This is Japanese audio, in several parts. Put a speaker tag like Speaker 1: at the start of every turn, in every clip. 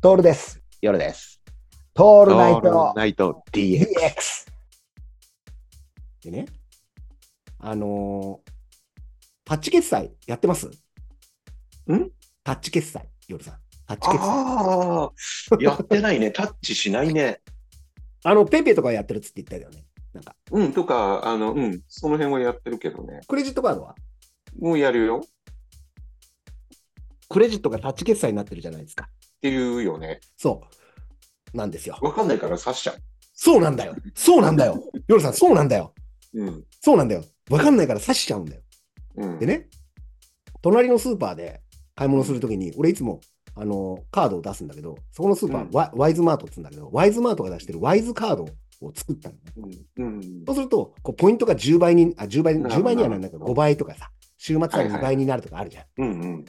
Speaker 1: トールです。
Speaker 2: 夜です。
Speaker 1: ト
Speaker 2: オ
Speaker 1: ールナイト
Speaker 2: ナイト DX。
Speaker 1: DX。
Speaker 3: でね、あのータッチ決済やってますんタッチ決済、夜さん。タッチ決済。あ
Speaker 2: ああ、やってないね。タッチしないね。
Speaker 3: の、ペイペイとかやってるっつって言ったよね。なんか、
Speaker 2: うん、とか、あの、うん、その辺はやってるけどね。
Speaker 3: クレジットカードは
Speaker 2: もうやるよっ
Speaker 3: クレジットがタッチ決済になってるじゃないですか。
Speaker 2: ていうよね。
Speaker 3: そう。なんですよ。
Speaker 2: わかんないから刺しちゃ
Speaker 3: そうなんだよ。そうなんだよ。夜さん、そうなんだよ。
Speaker 2: う。うん。
Speaker 3: そうなんだよ。わかんないから刺しちゃうんだよ。
Speaker 2: うん、
Speaker 3: でね、隣のスーパーで買い物するときに、俺いつも、あのカードを出すんだけど、そこのスーパー、
Speaker 2: うん
Speaker 3: ワワイズマートって言うんだけど、ワイズマートが出してるワイズカードを作ったのね。
Speaker 2: うん。うん。
Speaker 3: そうすると、こうポイントが10倍に、あ、10倍、
Speaker 2: なるほど
Speaker 3: 10倍にはならないけど、5倍とかさ、週末は2倍になるとかあるじゃん。
Speaker 2: うん。うん。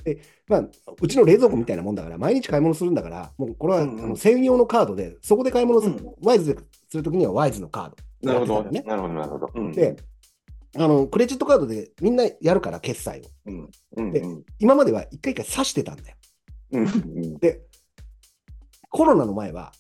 Speaker 3: まあ、うちの冷蔵庫みたいなもんだから、毎日買い物するんだから、もうこれは、
Speaker 2: うんうん
Speaker 3: あの専用のカードで、そこで買い物する、
Speaker 2: う
Speaker 3: ワイズでするときにはワイズのカード。
Speaker 2: なるほど。
Speaker 3: やってたんだよね
Speaker 2: なるほど、なるほど。うん。
Speaker 3: で、あの、クレジットカードでみんなやるから、決済を。
Speaker 2: うん。うん。
Speaker 3: で
Speaker 2: うん。
Speaker 3: 今までは一回一回刺してたんだよ。
Speaker 2: うん。うん
Speaker 3: で、コロナの前は、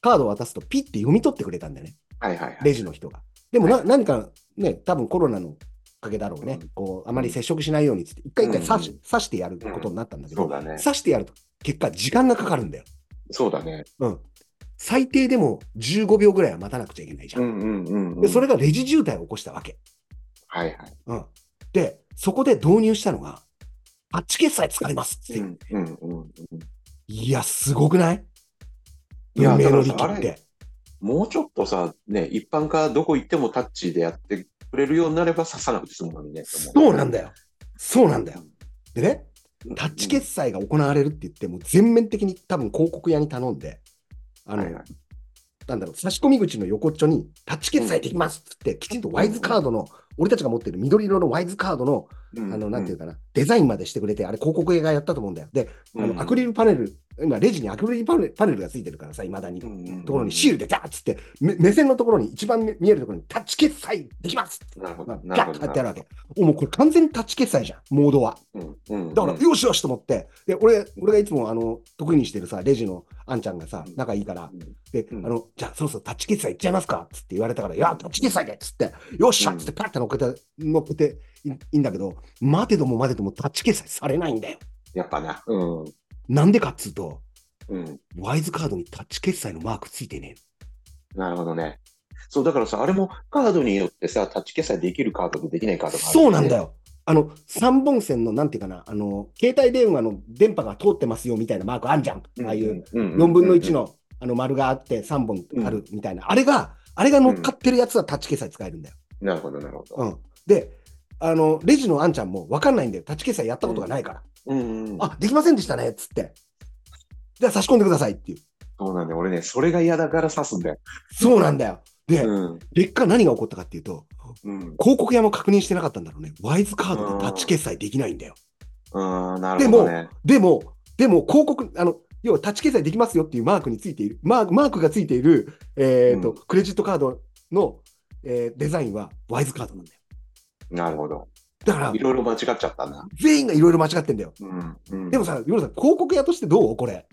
Speaker 3: カードを渡すとピッて読み取ってくれたんだよね、
Speaker 2: はいはいはい。
Speaker 3: レジの人が。でもな、何かね、多分コロナのおかげだろうね、
Speaker 2: うん
Speaker 3: こう、あまり接触しないようにっつって、一回一回刺し,、
Speaker 2: うん
Speaker 3: 刺してやることになったんだけど、
Speaker 2: そうだね。
Speaker 3: 刺してやると結果、時間がかかるんだよ。
Speaker 2: そうだね。
Speaker 3: うん。最低でも15秒ぐらいは待たなくちゃいけないじゃ。
Speaker 2: うんんうんうんうん。
Speaker 3: で、それがレジ渋滞を起こしたわけ。
Speaker 2: はいはい。
Speaker 3: うん。で、そこで導入したのが、タッチ決済使いますって。
Speaker 2: うんうんうんうん。
Speaker 3: いや、すごくない
Speaker 2: いや
Speaker 3: 運命の利器
Speaker 2: だからさ
Speaker 3: っ
Speaker 2: あ
Speaker 3: て
Speaker 2: れ。もうちょっとさ、ね、一般化どこ行ってもタッチでやってくれるようになれば刺さなくて済むのにね。
Speaker 3: そうなんだ
Speaker 2: よ。
Speaker 3: よ。そうなんだよ。でね、タッチ決済が行われるって言って、もう全面的に多分広告屋に頼んで、あ
Speaker 2: うん
Speaker 3: の、
Speaker 2: はいはい
Speaker 3: なんだろう、差し込み口の横っちょにタッチ決済できますってって、きちんとワイズカードの、俺たちが持ってる緑色のワイズカードの、
Speaker 2: う
Speaker 3: あの、なんていう
Speaker 2: う
Speaker 3: かな、デザインまでしてくれて、あれ広告屋がやったと思うんだよ。で、あ
Speaker 2: うん
Speaker 3: のアクリルパネル、今レジにアクリルパネルパネルがついてるからさ、いまだに。
Speaker 2: ん
Speaker 3: ところにシールでザーッつって、め目線のところに、一番目見えるところにタッチ決済できます
Speaker 2: なるほど。な
Speaker 3: ガッ
Speaker 2: るほ
Speaker 3: て
Speaker 2: ど
Speaker 3: 貼ってあるわけ。おもうこれ完全にタッチ決済じゃん、モードは。
Speaker 2: うんうん
Speaker 3: だから、
Speaker 2: うん
Speaker 3: よしよしと思って、で俺俺がいつもあの得意にしてるさ、レジのあんちゃんがさ
Speaker 2: う、ん
Speaker 3: 仲いいから、で、あ
Speaker 2: うん
Speaker 3: のじゃあ、そろそろタッチ決済いっちゃいますかっつって言われたから、いや、タッチ決済でっつって、よっしゃ
Speaker 2: う
Speaker 3: っ
Speaker 2: ん
Speaker 3: つって、パッて乗っけて、乗っけていいいんだけど、待てども待てどもタッチ決済されないんだよ。
Speaker 2: やっぱな。うん。
Speaker 3: なんでかっつうと、
Speaker 2: うん。
Speaker 3: ワイズカードにタッチ決済のマークついてねえの
Speaker 2: なるほどね。そう、だからさ、あれもカードによってさ、タッチ決済できるカードとできないカードがある。
Speaker 3: そうなんだ
Speaker 2: よ。
Speaker 3: よ。あの、3本線の、なんていうかな、あの、携帯電話の電波が通ってますよみたいなマークあんじゃん。ああいう、4
Speaker 2: 4
Speaker 3: 分の1。のあの丸があって3本あるみたいな。あれが、あれが乗っかってるやつはタッチ決済使えるんだよ。
Speaker 2: なるほど、なるほ
Speaker 3: う
Speaker 2: ど。
Speaker 3: ん。で、あの、レジのあんちゃんも分かんないんだよ。タッチ決済やったことがないから。
Speaker 2: うんうん。
Speaker 3: あ、できませんでしたね、っつって。じゃあ差し込んでくださいっていう。
Speaker 2: そうなんだよ。俺ね、それが嫌だから刺すんだよ。
Speaker 3: そうなんだよ。で、
Speaker 2: うん。
Speaker 3: 結果何が起こったかっていうと、
Speaker 2: うん。
Speaker 3: 広告屋も確認してなかったんだろうね。ワイズカードでタッチ決済できないんだよ。
Speaker 2: うん、なるほどね。
Speaker 3: でも、でも広告、あの、要はタッチ決済できますよっていうマークについている、マークマークがついている、えーと
Speaker 2: うん
Speaker 3: クレジットカードの、えーデザインはワイズカードなんだよ。
Speaker 2: なるほど。
Speaker 3: だから
Speaker 2: い、ろいろ間違っちゃったな。
Speaker 3: 全員がいろいろ間違ってんだよ。
Speaker 2: うん。うん
Speaker 3: でもさ、ヨルさん、広告屋としてどうこれ。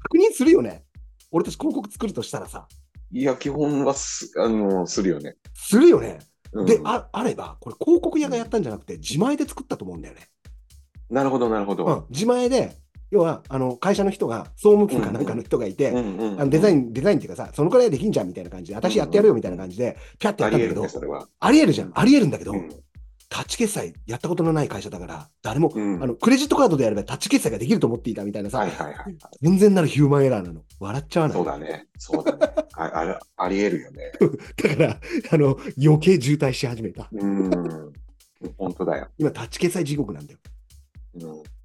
Speaker 3: 確認するよね。俺たち広告作るとしたらさ、
Speaker 2: いや、基本はす、あの、するよね。
Speaker 3: するよね。
Speaker 2: うん
Speaker 3: で、ああれば、これ広告屋がやったんじゃなくて、自前で作ったと思うんだよね。
Speaker 2: なるほど、なるほ
Speaker 3: う
Speaker 2: ど。
Speaker 3: ん、自前で、要は、あの、会社の人が、総務局かなんかの人がいて、
Speaker 2: うんうん
Speaker 3: あのデザイ
Speaker 2: ン
Speaker 3: ン、デザインっていうかさ、そのくらいできんじゃんみたいな感じで、私やってやるよみたいな感じで、ピャってや
Speaker 2: あ
Speaker 3: った
Speaker 2: り
Speaker 3: ん
Speaker 2: え
Speaker 3: だけ
Speaker 2: る
Speaker 3: ど
Speaker 2: ね、、それは。
Speaker 3: ありえるじゃん、ありえるんだけど
Speaker 2: う、ん
Speaker 3: タッチ決済やったことのない会社だから、誰も、
Speaker 2: うん
Speaker 3: あの、クレジットカードでやればタッチ決済ができると思っていたみたいな
Speaker 2: は
Speaker 3: さ
Speaker 2: い、はいはい。
Speaker 3: 全然なるヒューマンエラーなの。笑っちゃわない。
Speaker 2: そうだね。そうだね。ああれありえるよね。
Speaker 3: だから、あの、余計渋滞し始めた。
Speaker 2: うん。本当だよ。
Speaker 3: 今、タッチ決済地獄なんだよ。
Speaker 2: うん